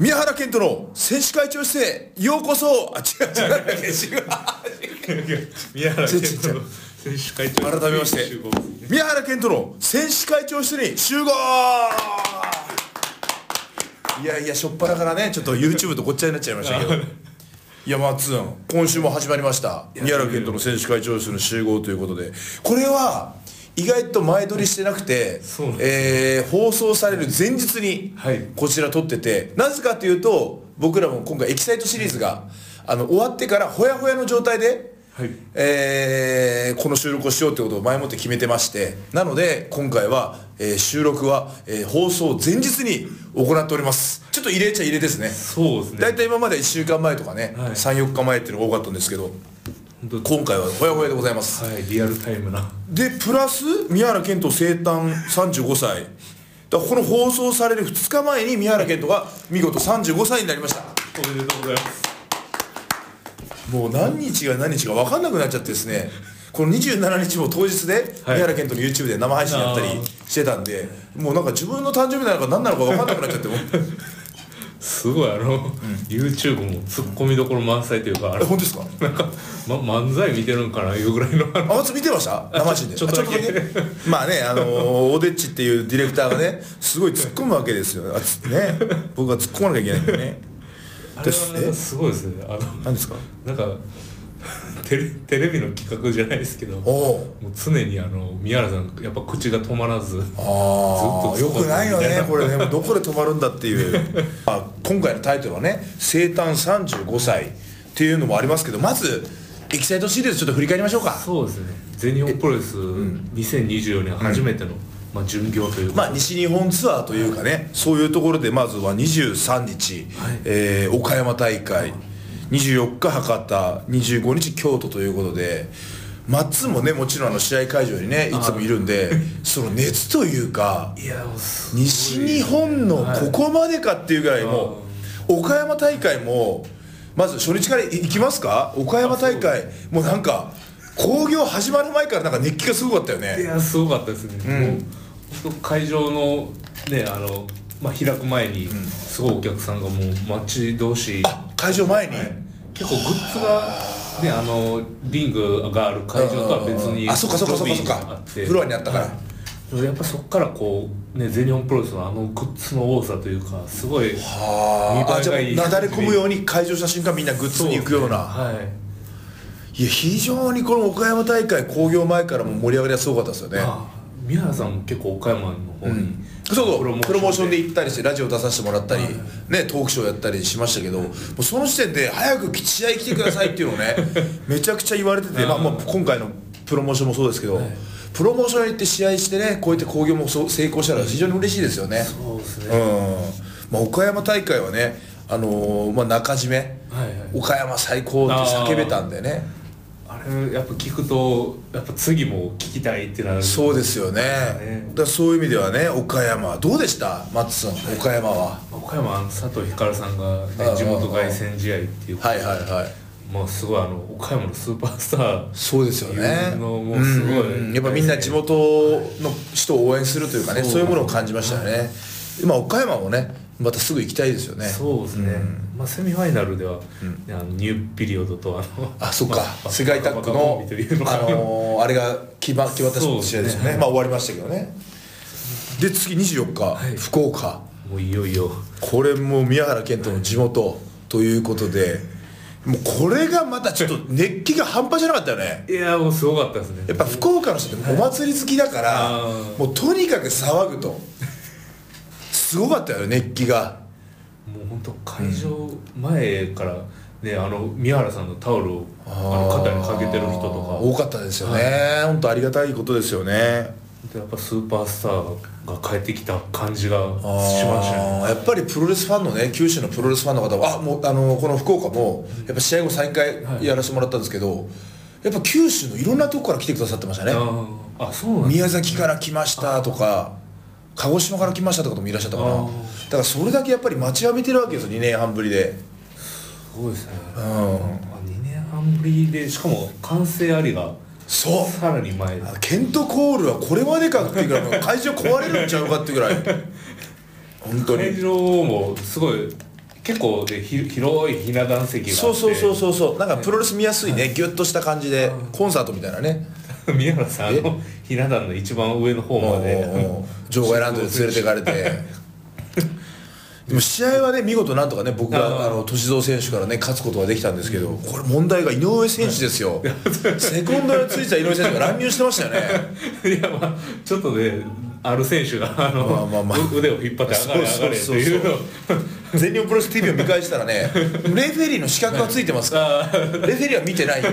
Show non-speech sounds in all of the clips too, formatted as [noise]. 宮原健人の選手会長室へようこそあ違う違う違う宮原ちょ健ちょち人ょの選手会長改めまして集合宮原健人の選手会長室に集合いやいやしょっぱなからねちょっと YouTube とごっちゃになっちゃいましたけどいやまあつん今週も始まりました宮原健人の選手会長室の集合ということでこれは意外と前撮りしてなくてそうなん、えー放送される前日にはいこちら撮っててなぜかというと僕らも今回エキサイトシリーズがあの終わってからほやほやの状態ではいえーこの収録をしようってことを前もって決めてましてなので今回は、えー収録は、えー放送前日に行っておりますちょっと入れちゃ入れですねそうですね大体今まで1週間前とかね、はい34日前っていうのが多かったんですけど本当今回はほやほやでございますはいリアルタイムなでプラス宮原健人生誕35歳だからこの放送される2日前に宮原健人が見事35歳になりましたおめでとうございますもう何日が何日か分かんなくなっちゃってですねこの27日も当日ではい宮原健人の YouTube で生配信やったりあーしてたんでもうなんか自分の誕生日なのか何なのか分かんなくなっちゃって [laughs] もうすごいあの、YouTube もツッコミどころ満載というかあえれ本当ですかなんか、ま、漫才見てるんかないうぐらいのあのあ松見てました生配信でちょちょっとだけあちょっとまあねあのー、オデッチっていうディレクターがねすごい突っ込むわけですよあつね僕が突っ込まなきゃいけないんでね [laughs] あれ [laughs] ですはすごいですねあの何ですかなんか [laughs] テレテレビの企画じゃないですけどおもうおう常にあの宮原さんやっぱ口が止まらずああずよっと突っ込んでくないよみたいねなこれねもうどこで止まるんだっていう [laughs] まあ今回のタイトルはね「生誕35歳」っていうのもありますけどまずエキサイトシリーズちょっと振り返りましょうかそうですね全日本プロレス2024年初めての、まあ、巡業というか、まあ西日本ツアーというかねそういうところでまずは23日、えー岡山大会24日博多25日京都ということで松もねもちろんあの試合会場にねいつもいるん [laughs] でその熱というかいやもうすごい西日本のここまでかっていうぐらいもう岡山大会もまず初日から行きますか岡山大会もうなんか興行始まる前からなんか熱気がすごかったよいねやすごかったですね、もう本当会場のねあの、まあ、開く前にすごいお客さんがもう待ち遠しいあ会場前に、結構グッズがねあのリングがある会場とは別にあそっかそっかそっかロそっビーがあかってフロアにあったから、でもやっぱそっからこうね全日本プロレスのあのグッズの多さというかすごいあーあ見栄じえゃあもがいういなだれ込むように会場した瞬間みんなグッズに行くようなはいいや非常にこの岡山大会興行前からも盛り上がりがすごかったですよねあ宮原さんも結構岡山の方に、そうそうプロモーションでい行ったりしてラジオ出させてもらったり、ね、トークショーやったりしましたけど、もうその時点で早く試合来てくださいっていうのを [laughs] ねめちゃくちゃ言われてて、まあまあ、今回のプロモーションもそうですけど、プロモーション行って試合してねこうやって興行もそう成功したら非常に嬉しいですよね。そうですうんね、まあ、岡山大会はね、あのーまあ、中締め、はいはい岡山最高って叫べたんでねあれやっぱ聞くとやっぱ次も聞きたいってなるそうですよねねだからそういう意味ではね岡山どうでしたマッツさん岡山は。岡山あの佐藤ひかるさんが、ああね、地元凱旋試合っていうはいはいはいまあすごいあの岡山のスーパースターそうですよね。いうのもすごういんうんうんやっぱみんな地元の人を応援するというかね、そうそういうものを感じましたよね。今岡山もね、またすぐ行きたいですよね。そうですね、まあ、セミファイナルでは、あのニューピリオドとあのあ、そっかまあ、世界タッグのバカバカコンビというのあがのーあれが決ま決まった試合ですよそうですね。まあ終わりましたけどね。で次24日、い福岡。もういよいよこれも宮原健人の地元ということで、もうこれがまたちょっと熱気が半端じゃなかったよね。いやもうすごかったですねやっぱ福岡の人ってお祭り好きだから、あーもうとにかく騒ぐとすごかったよ熱気がもう本当会場前からねあの宮原さんのタオルをあの肩にかけてる人とかあー多かったですよね、本当ありがたいことですよねやっぱスーパースターが帰ってきた感じがしましたねあーやっぱりプロレスファンのね九州のプロレスファンの方はあもうあのこの福岡もやっぱ試合後再開はいやらせてもらったんですけど、やっぱ九州のいろんなとこから来てくださってましたねあーあそうなんです宮崎から来ましたとか鹿児島から来ましたとかもいらっしゃったかなあだーからそれだけやっぱり待ちわびてるわけですよ2年半ぶりで。ごいですねうあん2年半ぶりでしかも完成ありがそうさらに前でケント・コールはこれまでかっていうぐらいもう会場壊れるんちゃうかってぐらい本当会に場もすごい結構でひ広いひな壇席があってそうそうそうそうそうなんかプロレス見やすいねギュッとした感じでコンサートみたいなね [laughs] 宮原さんあのひな壇の一番上の方まで場外ランドで連れてかれてでも試合はね見事なんとかね僕あがーあの歳三選手からね勝つことができたんですけどこれ問題が井上選手です [laughs] よセコンドについてた井上選手が乱入してましたよね [laughs] いやまあちょっとねある選手があの、まあまあまあう腕を引っ張って上がれ上がれってそうそうそうそういう [laughs] のを [laughs] 全日本プロレス TV を見返したらねレフェリーの資格がついてますからレフェリーは見てないで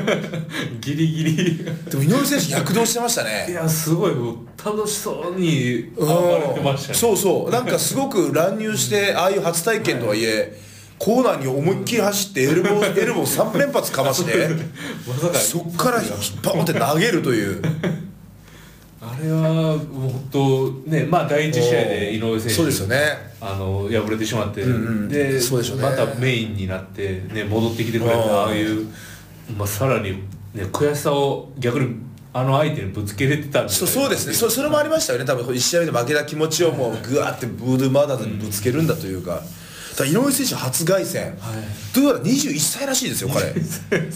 ギリギリも井上選手躍動してましたいねやすごいもう楽しそうにうん暴れてましたねそうそうなんかすごく乱入してああいう初体験とはいえコーナーに思いっきり走ってエルボ [laughs] ーエルボー3連発かましてまさかそっから引っ張って投げるというあれはもう本当ねまあ第一試合で井上選手そうですよねあの敗れてしまって、んうんでそうでしょうねまたメインになって、ね、戻ってきてくれうんたああいう、まあ、さらに、ね、悔しさを逆にあの相手にぶつけれてたんじゃないかそそうですねそそれもありましたよね多分1試合目で負けた気持ちをもうグワーってブードゥーマーダーズにぶつけるんだというかだから井上選手初凱旋、ということは21歳らしいですよ彼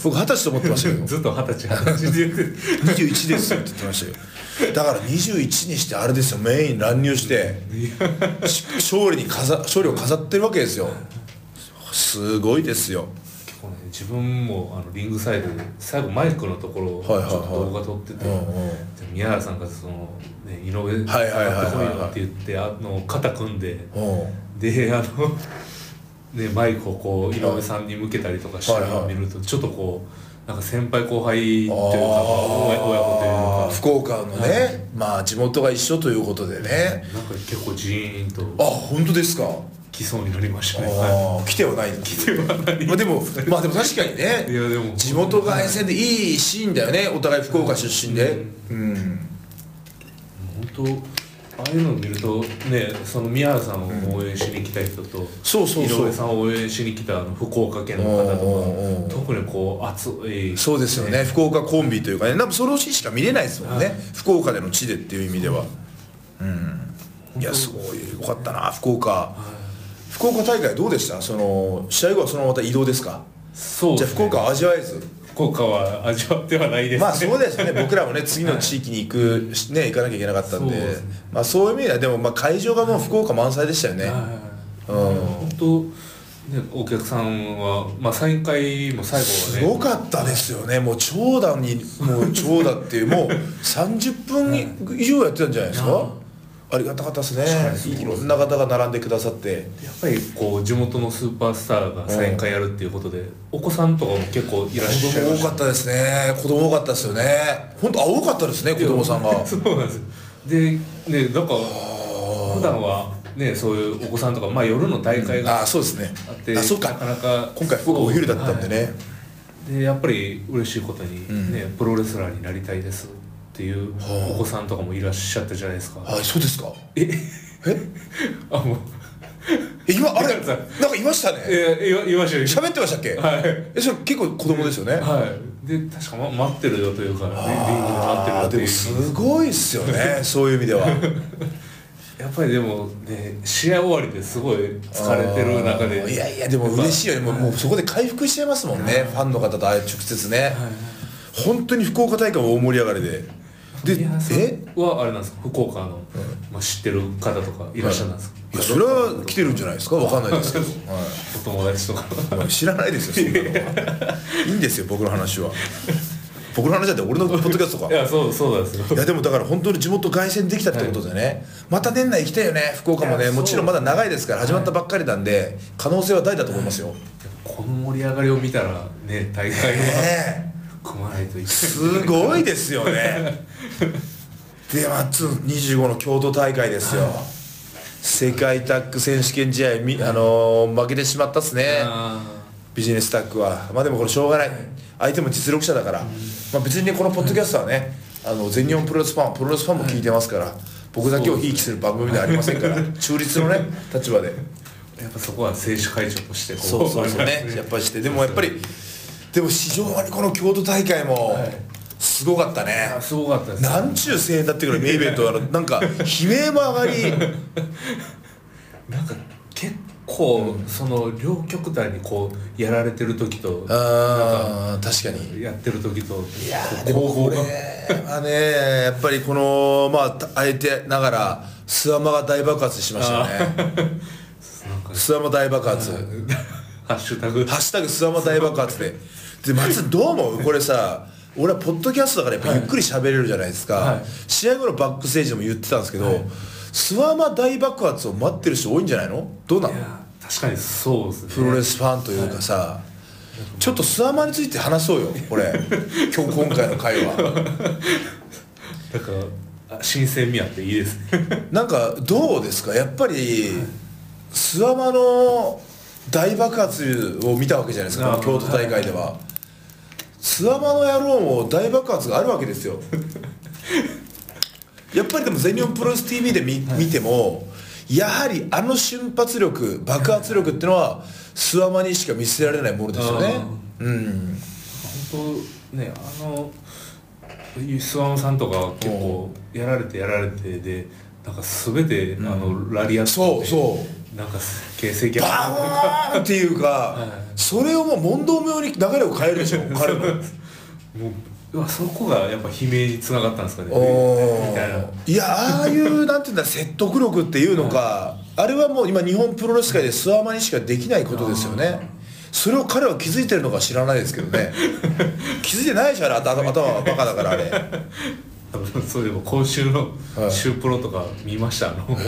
僕二十歳と思ってましたけどずっと二十歳二十歳で言って21ですよって言ってましたよだから21にしてあれですよメイン乱入してし勝利に飾勝利を飾ってるわけですよすごいですよ結構ね自分もあのリングサイドで最後マイクのところをちょはいっはいはいと動画撮ってて、うんうんで宮原さんがその、ね、井上上はいはいはいはいがってこいよって言ってあの肩組んでうんであの、ね、マイクをこう井上さんに向けたりとかしてるのを見るとちょっとこうなんか先輩後輩というかあー親親子というか。福岡のね、まあ地元が一緒ということでねなんか結構ジーンあと本当ですか来そうになりましたね。はあー来てはない来てはない、まあ、でもまあでも確かにねいいやでも地元が沿線でいいシーンだよねお互い福岡出身でうん本当ああいうのを見るとねその宮原さんを応援しに来た人と、そうそうそう井上さんを応援しに来たあの福岡県の方うんうんうんとか特にこう熱いそうですよね福岡コンビというかね多分その日しか見れないですもんね、福岡での地でっていう意味ではうんいやすごいよかったな福岡福岡大会どうでしたその試合後はそのまた移動ですかそうじゃあです福ね岡は味わえず [laughs] 福岡は味わってはないですね、まあそうですね僕らもね次の地域に行く、ね行かなきゃいけなかったんでそうですねまあそういう意味ではでもまあ会場がもう福岡満載でしたよね、はういん本当ねお客さんはまあサイン会も最後はすねごかったですよねもう長蛇にもう長蛇って [laughs] いうもう30分以上やってたんじゃないですかありがたかったですねいろんな方が並んでくださってやっぱりこう地元のスーパースターがサイン会やるっていうことで、お子さんとかも結構いらっ子しゃ供いま多しかったですね子供多かったですよね本当あ多かったですね子供さんがた [laughs] そうなんですでねなんか普段はねそういうお子さんとかまあ夜の大会があそうですねあってあそうなかかなか今回福岡お昼だったんでね、はいでやっぱり嬉しいことに、ねプロレスラーになりたいですっていうお子さんとかもいらっしゃったじゃないですか、はい、そうですかええあもうえ今あれいなやんかいましたねえ言わ言いましたよ喋ってましたっけ、はいえそれ結構子供ですよね、はいで確か、ま、待ってるよというかねリングで待ってるよあーってでいもうすごいっすよねそういう意味ではやっぱりでもね試合終わりですごい疲れてる中でいやいやでも嬉しいよねもうもうそこで回復しちゃいますもんねファンの方とああいう直接ね本当に福岡大会は大盛り上がりでで宮原さんえはあれなんですか福岡の、まあ、知ってる方とかいらっしゃるんですか、いやそれは来てるんじゃないですかわかんないですけど、お友達とかはい、知らないですよそんなのはいいんですよ僕の話は僕の話だって俺のポッドキャストといかやそうそうなんですよいやでもだから本当に地元凱旋できたってことでね、また年内行きたいよね福岡もいやねそうもちろんまだ長いですから始まったばっかりなんで、可能性は大だと思いますよ、この盛り上がりを見たらね大会はねえ組まないといけないすごいですよ [laughs] ねでまあつ25の京都大会ですよ、世界タッグ選手権試合み、あのー負けてしまったっすねあビジネスタッグはまあでもこれしょうがない相手も実力者だから、まあ、別にねこのポッドキャストはねあの全日本プロレスファンプロレスファンも聞いてますから、僕だけをひいきする番組ではありません [laughs] から、中立のね立場でーやっぱそこは選手会長としてこそうそうそうねやっぱりしてでもやっぱりでも非常にこの京都大会もすごかったね、あすごかったですなんちゅう声援だってくらいメイベントあのなんか悲鳴も上がりなんか結構構その両極端にこうやられてる時とあー確かにやってる時といやーこでうもここれうはねやっぱりこのまああえてながら諏訪間が大爆発しましたよねなんか諏訪間大爆発ハッシュタグハッシュタグ諏訪間大爆発で。で、松どう思うこれさ、俺はポッドキャストだからやっぱゆっくり喋れるじゃないですか。はい試合後のバックステージでも言ってたんですけど、諏訪間大爆発を待ってる人多いんじゃないのどうないのや確かにそうですねプロレスファンというかさ、ちょっと諏訪間について話そうよ、こ [laughs] れ。今日、今回の会話。だからあ新鮮味あっていいですねなんか、どうですかやっぱり、諏訪間の大爆発を見たわけじゃないですか、この京都大会では。諏訪間の野郎も大爆発があるわけ [laughs] ですよやっぱりでも全日本プロレス TV で見,、見てもやはりあの瞬発力爆発力ってのは諏訪間にしか見せられないものですよねうん本当ねあの諏訪野さんとかは結構やられてやられてでなんか全て、あのラリアットそうでそうなんか形跡バーンっていうか、いそれをもう問答無用に流れを変えるでしょ彼の [laughs] もううわそこがやっぱ悲鳴につながったんですかねおみたいなーいやああいうなんていうんだ説得力っていうのか、あれはもう今日本プロレス界で諏訪間にしかできないことですよねそれを彼は気づいてるのか知らないですけどね [laughs] 気づいてないでしょあれ頭頭はバカだからあれあの [laughs] そういえば今週のはい週プロとか見ました、あの [laughs]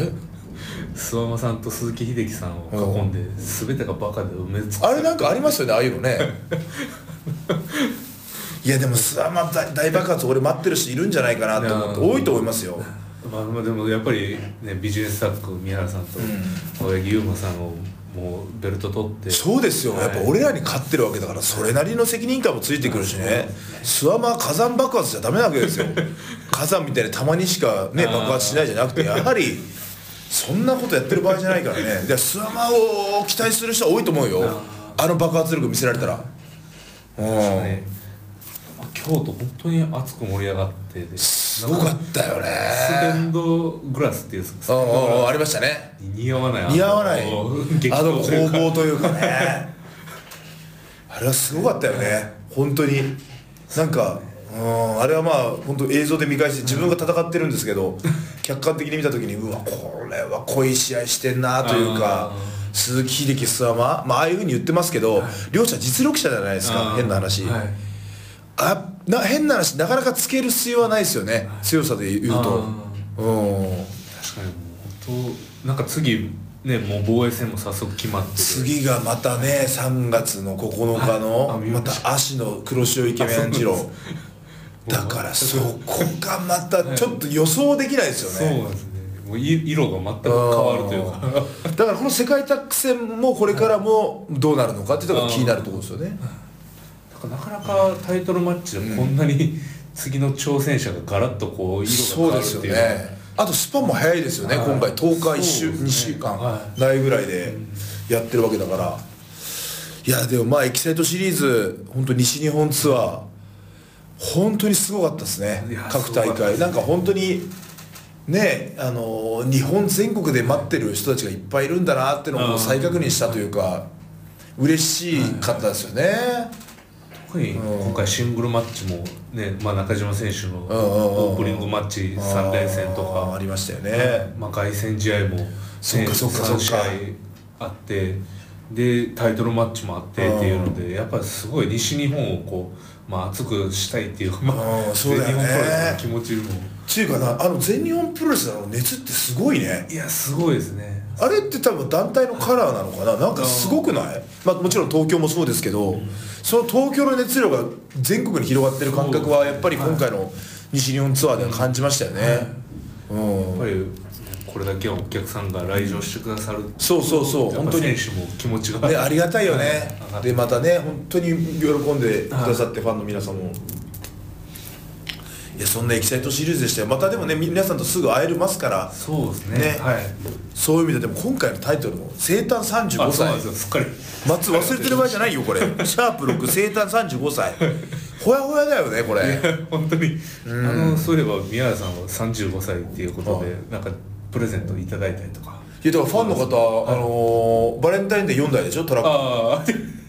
諏訪間さんと鈴木秀樹さんを囲んで全てがバカで埋め尽くあれなんかありますよねああいうのねいやでも諏訪間大大爆発俺待ってる人いるんじゃないかなと思っていやー多いと思いますよまあ、まあでもやっぱり、ね、ビジネスタッグ宮原さんと青柳優馬さんをもうベルト取ってそうですよ、やっぱ俺らに勝ってるわけだからそれなりの責任感もついてくるしね諏訪間は火山爆発じゃダメなわけです [laughs] よ火山みたいにたまにしかねあー爆発しないじゃなくてやはりそんなことやってる場合じゃないからねで諏訪間を期待する人は多いと思うよあの爆発力見せられたらうん、ねまあ京都本当に熱く盛り上がっててすごかったよねステンドグラスっていうんでうすかんうんうんありましたね似合わない似合わないあののとい攻うか防というかね [laughs] あれはすごかったよね本当になんかうんあれはまあ本当映像で見返して自分が戦ってるんですけ [laughs] ど客観的に見た時にうわこれは濃い試合してんなというかあ鈴木秀樹諏訪間、まあああいうふうに言ってますけど、両者実力者じゃないですあかー変な話、はいあな変な話なかなかつける必要はないですよね強さで言うとうん確かにもう本当なんか次ねもう防衛戦も早速決まってる次がまたね3月の9日はいあの見まましたた足の黒潮イケメン二郎だからそこがまたちょっと予想できないですそうよねなんですねもうい色が全く変わるというかうんだからこの世界卓戦もこれからもどうなるのかっていうのが気になるところですよねなんかなかなかタイトルマッチでこんなに次の挑戦者がガラッとこうそう色でが変わるすよっていうのはねあとスパンも早いですよねはい今回10日1週そうですね2週間はないぐらいでやってるわけだからいやでもまあエキサイトシリーズ本当西日本ツアー本当にすごかったですねいや各大すごかったで会すねなんか本当にねあのー日本全国で待ってる人たちがいっぱいいるんだなっていうのうをん再確認したというか嬉しかったですよね特に今回シングルマッチもね、まあ、中島選手うのんうんうんオープニングマッチ3連戦とあーあか、りましたよね、まあ、凱旋試合も、ね、そっかそっかそっか3試合あってでタイトルマッチもあってっていうのでやっぱりすごい西日本をこう、まあ、熱くしたいっていうか、まうんあ、そうだよね全日本プロレスの気持ちもっていうかなあの全日本プロレスの熱ってすごいねいやすごいですねあれって多分団体のカラーなのかななんかすごくない、まあ、もちろん東京もそうですけどその東京の熱量が全国に広がってる感覚はやっぱり今回の西日本ツアーでは感じましたよね、うんやっぱりこれだけはお客さんが来場してくださるそうそうそうやっ本ぱ当に選手も気持ちが、ね、ありがたいよね上がっでまたね本当に喜んでくださってファンの皆さんもいやそんなエキサイトシリーズでしたよまたでもね皆さんとすぐ会えますからそうですねねはいそういう意味ででも今回のタイトルも「生誕35あそう歳なんですよすっかり」 [laughs] 松忘れてる場合じゃないよこれシャープ6生誕35歳ほやほやだよねこれ本当に、あのそういえば宮原さんは35歳っていうことでなんかプレゼントいただいたりとかいやだからファンの方、あのーバレンタインデー4台でしょトラックあ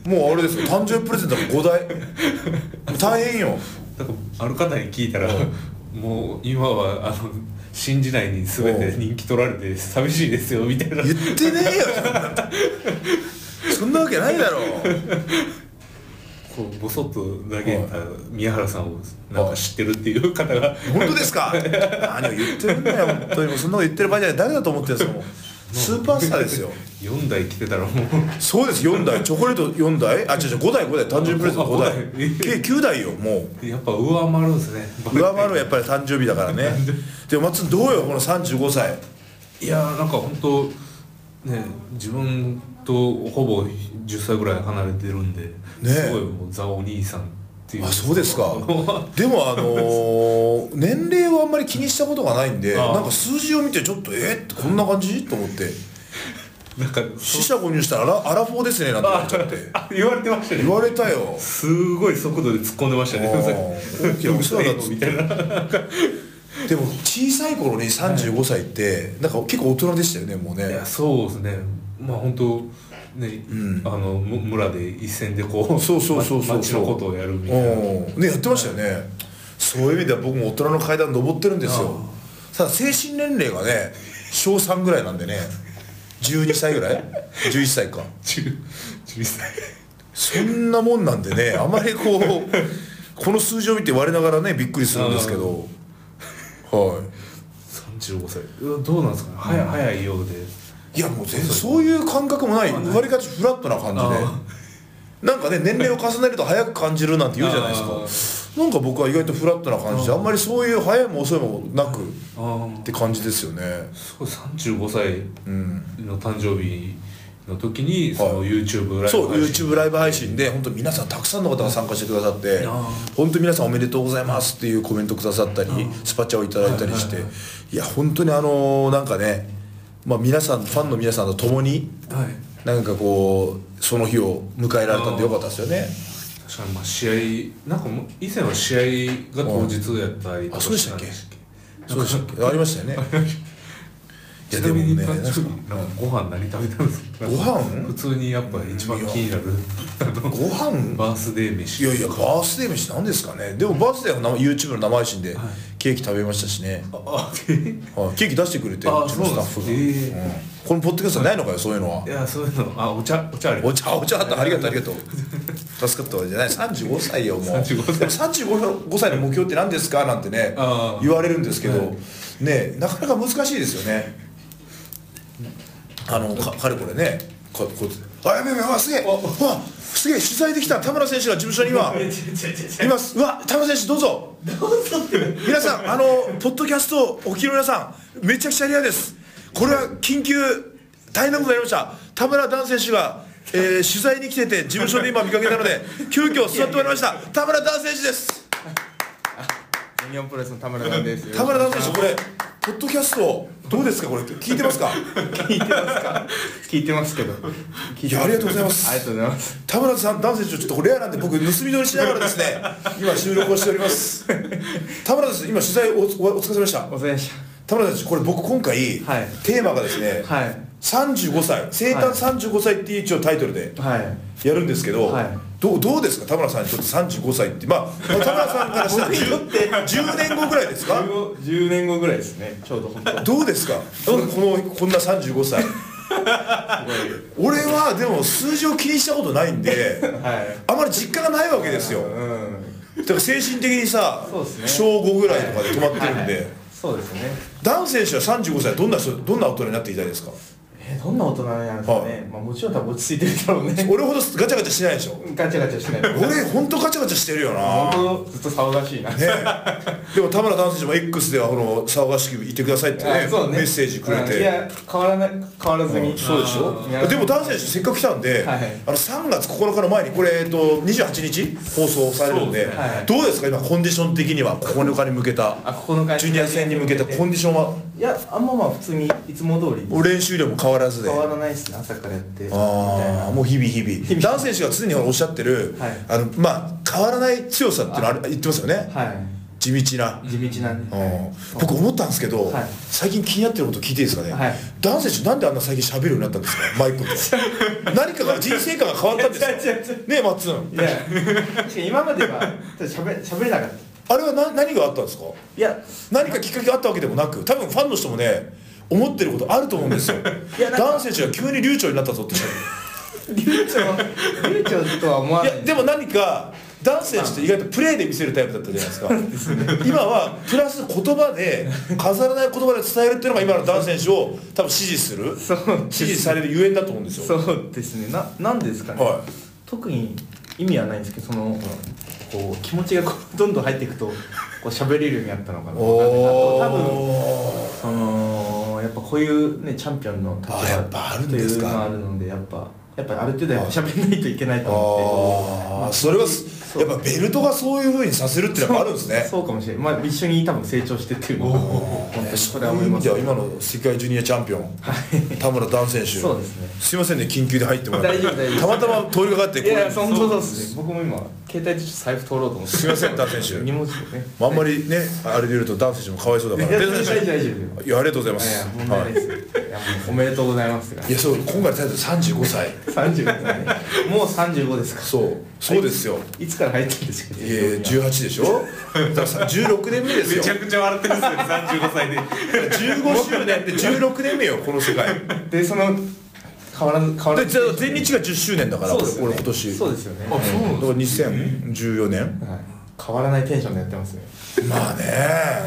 あもうあれですよ誕生日プレゼントも5台大変よ [laughs] なんかある方に聞いたらもう今はあの新時代に全て人気取られて寂しいですよみたいな言ってねえよそんなそんなわけないだろこうボソッと投げた宮原さんをなんか知ってるっていう方が本当ですか何を言ってるんだよ本当にもうそんなこと言ってる場合じゃない誰だと思ってるんですよもうスーパースターですよ4台来てたらもうそうです4台チョコレート4台あ違う違う5台5台誕生日プレゼント5あ五台台計9台よもうやっぱ上回るんですね上回るはやっぱり誕生日だからねでも松井どうよこの35歳いやーなんか本当ね自分とほぼ10歳ぐらい離れてるんで、えすごいもうザお兄さんっていうあそうですかでもあのー年齢はあんまり気にしたことがないんでああなんか数字を見てちょっとえっこんな感じと思って [laughs] なんか四捨五入したらアラアラフォーですねなんて言っちゃってあ [laughs] 言われてました言ねわれたよすごい速度で突っ込んでましたねあー大きなお世話だっつって [laughs] みたいなでも小さい頃に35歳ってなんか結構大人でしたよねもういねやそうですねまあ本当ね、あのむ村で一戦でこうそうそうそうそうま町のことをやるみたいなうんねやってましたよねそういう意味では僕も大人の階段登ってるんですよただ精神年齢がね小3ぐらいなんでね12歳ぐらい11歳か10 11歳そんなもんなんでねあまりこうこの数字を見て我ながらねびっくりするんですけどは35歳うわどうなんですかね早い早いようでいいやもう全然そういう感覚もないわりかしフラットな感じであなんかね年齢を重ねると早く感じるなんて言うじゃないあですかなんか僕は意外とフラットな感じであんまりそういう早いも遅いもなくっあーて感じですよねすごい35歳うんの誕生日の時にその YouTube ライブそう YouTube ライブ配信で本当皆さんたくさんの方が参加してくださってあー本当皆さんおめでとうございますっていうコメントくださったりスパチャをいただいたりしていや本当にあのーなんかねまあ皆さんファンの皆さんと共にはいなんかこうその日を迎えられたんでよかったですよね確かにまあ試合なんかもう以前は試合が当日やったりとあかそうでしたっけたそうでしたっけありました [laughs] よねいやちでなもみにね誕なん生日かなんかご飯何食べたんですかご飯普通にやっぱ一番気になるあのご飯バースデーい飯やいやバースデー飯なんですかねでもバースデーは生 YouTube の生配信でケーキ食べましたしね [laughs] あえはいケーキ出してくれてうちあのスタッフそうが、なんですねうんこのポッドキャストないのかよそういうのはいやそういうのあお茶お茶あれお茶お茶あったありがとうありがとう助かったわけじゃない35歳よもう35歳でも35歳の目標って何ですかなんてねあー言われるんですけど、はねなかなか難しいですよねあのかかれこれねここうあやべやべうわすげえうわすげえ取材できた田村選手が事務所に今え [laughs] ちょちょちょちょいますうわ田村選手どうぞ皆さんあのポッドキャストをお聞きの皆さんめちゃくちゃレアですこれは緊急大変なことになりました田村ダン選手が、えー取材に来てて事務所で今見かけたので急遽座ってまいりました田村ダン選手です日本プロレスの田村さんです。 [laughs] 田村ダン選手これポッドキャストどうですかこれ聞いてますか聞いてますか？聞いてますけど。聞いやありがとうございますありがとうございます。田村さんダン選手ちょっとこれレアなんで僕盗み撮りしながらですね今収録をしております田村選手今取材おお疲れ様でしたお疲れ様でし田村選手これ僕今回、はいテーマがですね、た。はい35歳生誕35歳っていう一応タイトルではい。やるんですけど、はいどうどうですか田村さんにとって35歳ってまあ、まあ田村さんからしたら 10, 10年後ぐらいですか10年後ぐらいですね。ちょうど本当。どうですかこのこんな35歳 [laughs] 俺はでも数字を気にしたことないんではい。あまり実感がないわけですようん。だから精神的にさ、そうですね小5ぐらいとかで止まってるんで、はいはいそうですね。ダン選手は35歳どんな人どんな大人になっていたいですかえどんな大人なんですかはね。まあもちろん多分落ち着いてるだろうね。俺ほどガチャガチャしてないでしょガチャガチャしない。俺ほんとガチャガチャしてるよな本当ずっと騒がしいな。ね、でも田村男選手も X ではこの騒がしくいてくださいってねあそうねメッセージくれうんいて。や変わらない変わらずに。そうでしょいやでも男選手せっかく来たんで、はいあの3月9日の前にこれ、えっと、28日放送されるんでそうですねはいどうですか今コンディション的には9日に向けたあここの会ジュニア戦に向けたコンディションはいやあんままあ普通にいつも通り練習量も変わらずで変わらないですね朝からやってみたいなああもう日々日々男選手が常におっしゃってる、はいあのまあ変わらない強さっていうのあれ言ってますよね、はい自地道な、地道なんで、うん僕思ったんですけど、はい最近気になってること聞いていいですかね、はい男性なんであんな最近喋るようになったん [laughs] ですかマイクと何かが人生観が変わったんですか違う違う違ねえマッツンいや確かに今まではちょっとしゃべしゃべれなかったいあれはな何があったんですかや何かきっかけがあったわけでもなく多分ファンの人もね思ってることあると思うんですよ [laughs] いやなんか男性たちが急に流暢になったぞって流暢流暢とは思わいないやでも何か男性って意外とプレーで見せるタイプだったじゃないですか今はプラス言葉 [laughs] で飾らない言葉で伝えるっていうのが今の男性選手を多分支持するそうです支持されるゆえんだと思うんですよそうですねななんですかね、は特に意味はないんですけどそのこう気持ちがこうどんどん入っていくとこう喋れるようになったのかなあと多分おそのやっぱこういうねチャンピオンの立場あやっぱあるんですかというのがあるのでやっぱやっぱある程度やっぱ喋んないといけないと思ってああそれはすやっぱベルトがそういうふうにさせるっていうのがあるんですね [laughs] そうかもしれない、まあ、一緒に多分成長してっていうのが本当にそそれれはは思思いいまますす今の世界ジュニアチャンピオン田村ダン選手そうですねすいませんね緊急で入ってもらって大丈夫大丈たまたま通りかかっていやいやこれ本当そうですね僕も今携帯でちょっと財布取ろうと思ってすいませんダン選手荷物をねまああんまりねあれで言うとダン選手もかわいそうだからいやダン大丈選夫手大丈夫いやありがとうございまいやす問題ないですよ、い、やもうおめでとうございますがいやそう今回のタイトル35歳35ですねもう35ですかそうそうですよいつから入ったんですかいや18でしょだからさ16年目ですめよちゃくちゃ笑ってるんですよ35歳で15周年で16年目よこの世界ででその変わらず変わらずじゃあ全日が10周年だからそう俺ですよね俺今年そうですよね、あそうなんだでかすら2014年はい、変わらないテンションでやってますねまあね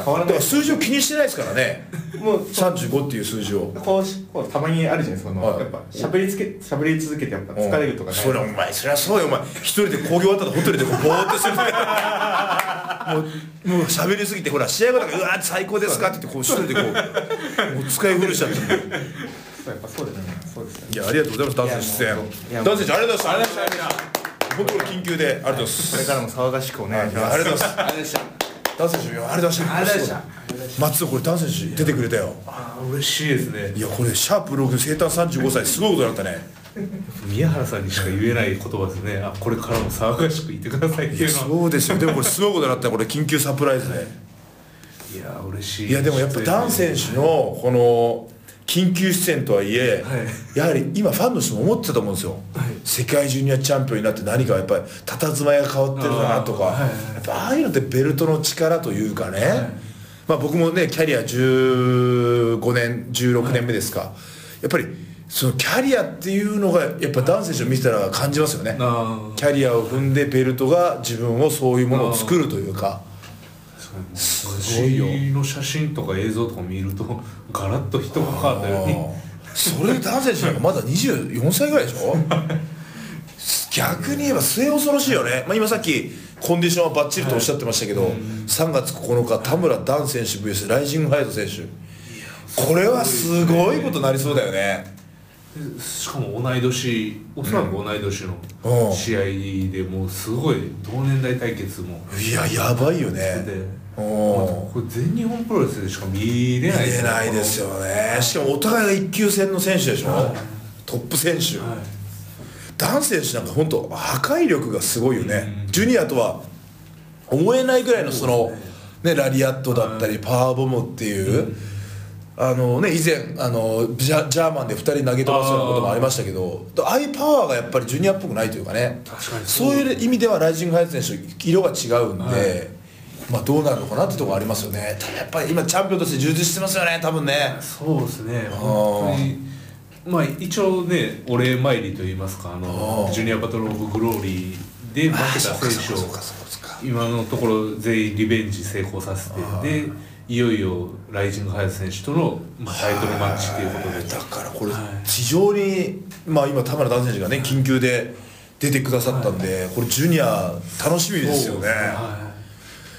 変わらなだかいら数字を気にしてないですからねもう35っていう数字をこうしこうたまにあるじゃないですかその、はいやっぱ喋りつけ喋り続けてやっぱ疲れるとかうんねそれお前そりゃそうよお前一人で興行終わったらホテルでこうぼーっと [laughs] するもうもう喋りすぎてほら試合後だからうわー最高ですかって言ってこう一人でこうもう使い古しちゃってそうやっぱそうですねそうですねいやありがとうございますダンス出演いやもうダンス選手ありがとうございました僕ら緊急でありがとうございまこれすからも騒がしくおいやあ願いりしがまとうございますダンすありがとうございましたス選手いやありがとうございましたありがとうございま松尾これダンス選手出てくれたよああ嬉しいですねいやこれシャープ6生誕35歳すごいことになったね宮原さんにしか言えない言葉ですねあこれからも騒がしくいてくださいっていうのはそうですよでもこれすごいことになったよこれ緊急サプライズでいやー嬉しいいやでもやっぱダン選手のこの緊急出演とはいえ、はいやはり今ファンの人も思ってたと思うんですよ、はい世界ジュニアチャンピオンになって何かやっぱり佇まいが変わってるなとか、あーはいはいやっぱああいうのってベルトの力というかね、まあ、僕もねキャリア15年16年目ですか、やっぱりそのキャリアっていうのがやっぱダン選手を見てたら感じますよねあーキャリアを踏んでベルトが自分をそういうものを作るというか。すごいよの写真とか映像とか見るとガラッと人が変わったようにそれで男性なんかまだ24歳ぐらいでしょ逆に言えば末恐ろしいよね、まあ、今さっきコンディションはバッチリとおっしゃってましたけど、3月9日田村ダン選手 VS ライジングハヤト選手これはすごいことになりそうだよねでしかも同い年おそらく同い年うんの試合でもうすごい同年代対決もいややばいよねでうこんれ全日本プロレスでしか見れない見れないですよねしかもお互いが一級戦の選手でしょ、トップ選手、このはいダン選手なんか本当破壊力がすごいよね、ジュニアとは思えないぐらいのそのねラリアットだったりパワーボムっていう、あのね以前あのジャジャーマンで2人投げ飛ばすようなこともありましたけどああいうパワーがやっぱりジュニアっぽくないというかね確かにそういう意味ではライジングハイツ選手色が違うんで、まあどうなるのかなってところありますよねただやっぱり今チャンピオンとして充実してますよね多分ねそうですね本当にまあ一応ねお礼参りといいますかああのージュニアバトル・オブ・グローリーで負けた選手をうかそうか今のところ全員リベンジ成功させてでいよいよライジングハヤト選手との、まあ、タイトルマッチということでだからこれはい非常に、まあ今田村男選手がね緊急で出てくださったんで、これジュニア楽しみですよねは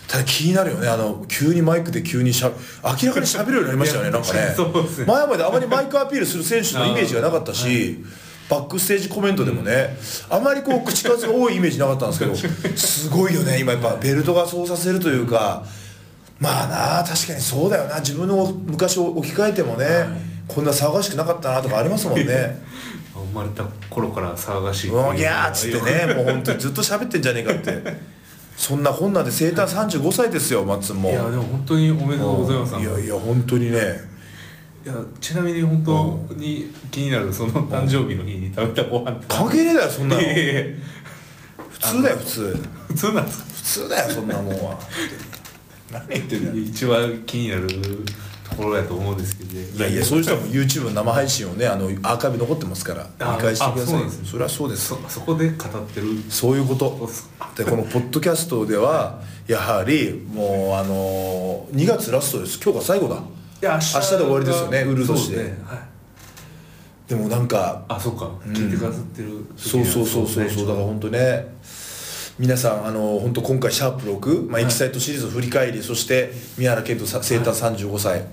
ただ気になるよねあの急にマイクで急にしゃ明らかに喋るようになりましたよねいやなんかねそうですね前まであまりマイクアピールする選手のイメージがなかったし、バックステージコメントでもね、あまりこう口数が多いイメージなかったんですけどすごいよね今やっぱベルトがそうさせるというかまあなあ確かにそうだよな自分の昔を置き換えてもね、こんな騒がしくなかったなとかありますもんね。 [laughs] い、生まれた頃から騒がしいといううわギャーっつってねもう本当にずっと喋ってんじゃねえかってそんなこんなで生誕35歳ですよ松もいやでも本当におめでとうございますいやいや本当にねいやちなみに本当に気になるその誕生日の日に食べたご飯って関係ねえだよそん [laughs] なのいやいやいや普通だよ普通普通なんですか普通だよそんなもんは何言ってんだよ一番気になるところやと思うんですけどねいやいやそういう人はもう YouTube の生配信をねあのアーカイブ残ってますからあ見返してくだあそうさいなんですねそれはそうですそそこで語ってるそういうこそうとっすでこのポッドキャストではやはりもうあのー、2月ラストです今日が最後だいや明明日で終わりですよねウルそう年でねはい、でもなんかあそうか、ん聞いてくださってるそうそうそうそうそうだから本当ね皆さんあの本当今回「シャープ #6」まあ、エキサイトシリーズを振り返りそして宮原健人さん生誕35歳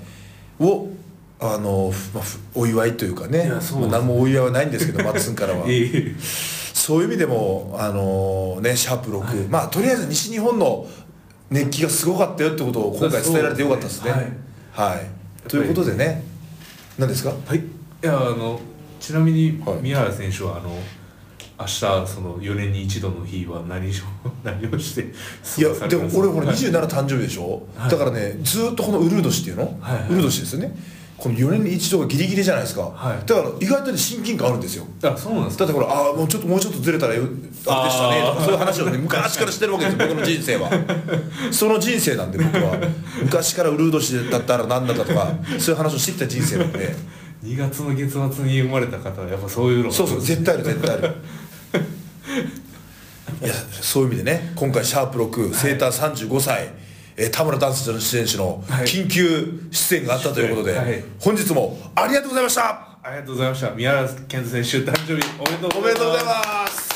を、あのふまあ、ふお祝いというかねいやそうまあ、何もお祝いはないんですけ [laughs] どマッツンからはええそういう意味でもあのね「シャープ #6」まあとりあえず西日本の熱気がすごかったよってことを今回伝えられてよかったですねそうですねはい、ということでね何ですかはいいやあのちなみにはい宮原選手はあの明日その4年に一度の日は何を [laughs] 何をしてい過やごされでたもんですか俺ほらはい27誕生日でしょ、はいだからねずーっとこのウルー年っていうの、はいはいウルー年ですよねこの4年に一度がギリギリじゃないですか、はいだから意外とね親近感あるんですよあそうなんですだかってほらああもうちょっともうちょっとずれたらよあれでしたねとあーかそういう [laughs] 話をね昔からしてるわけですよ僕の人生はその人生なんで僕は昔からウルー年だったら何だったとかそういう話をしてきた人生なんで2月の月末に生まれた方はやっぱそういうのそうそう絶対ある絶対ある [laughs] いやそういう意味でね今回「シャープ #6」生誕35歳、えー田村ダンス選手のはい緊急出演があったということで、はい本日もありがとうございましたありがとうございました宮原健人選手誕生日おめでとうおめでとうございます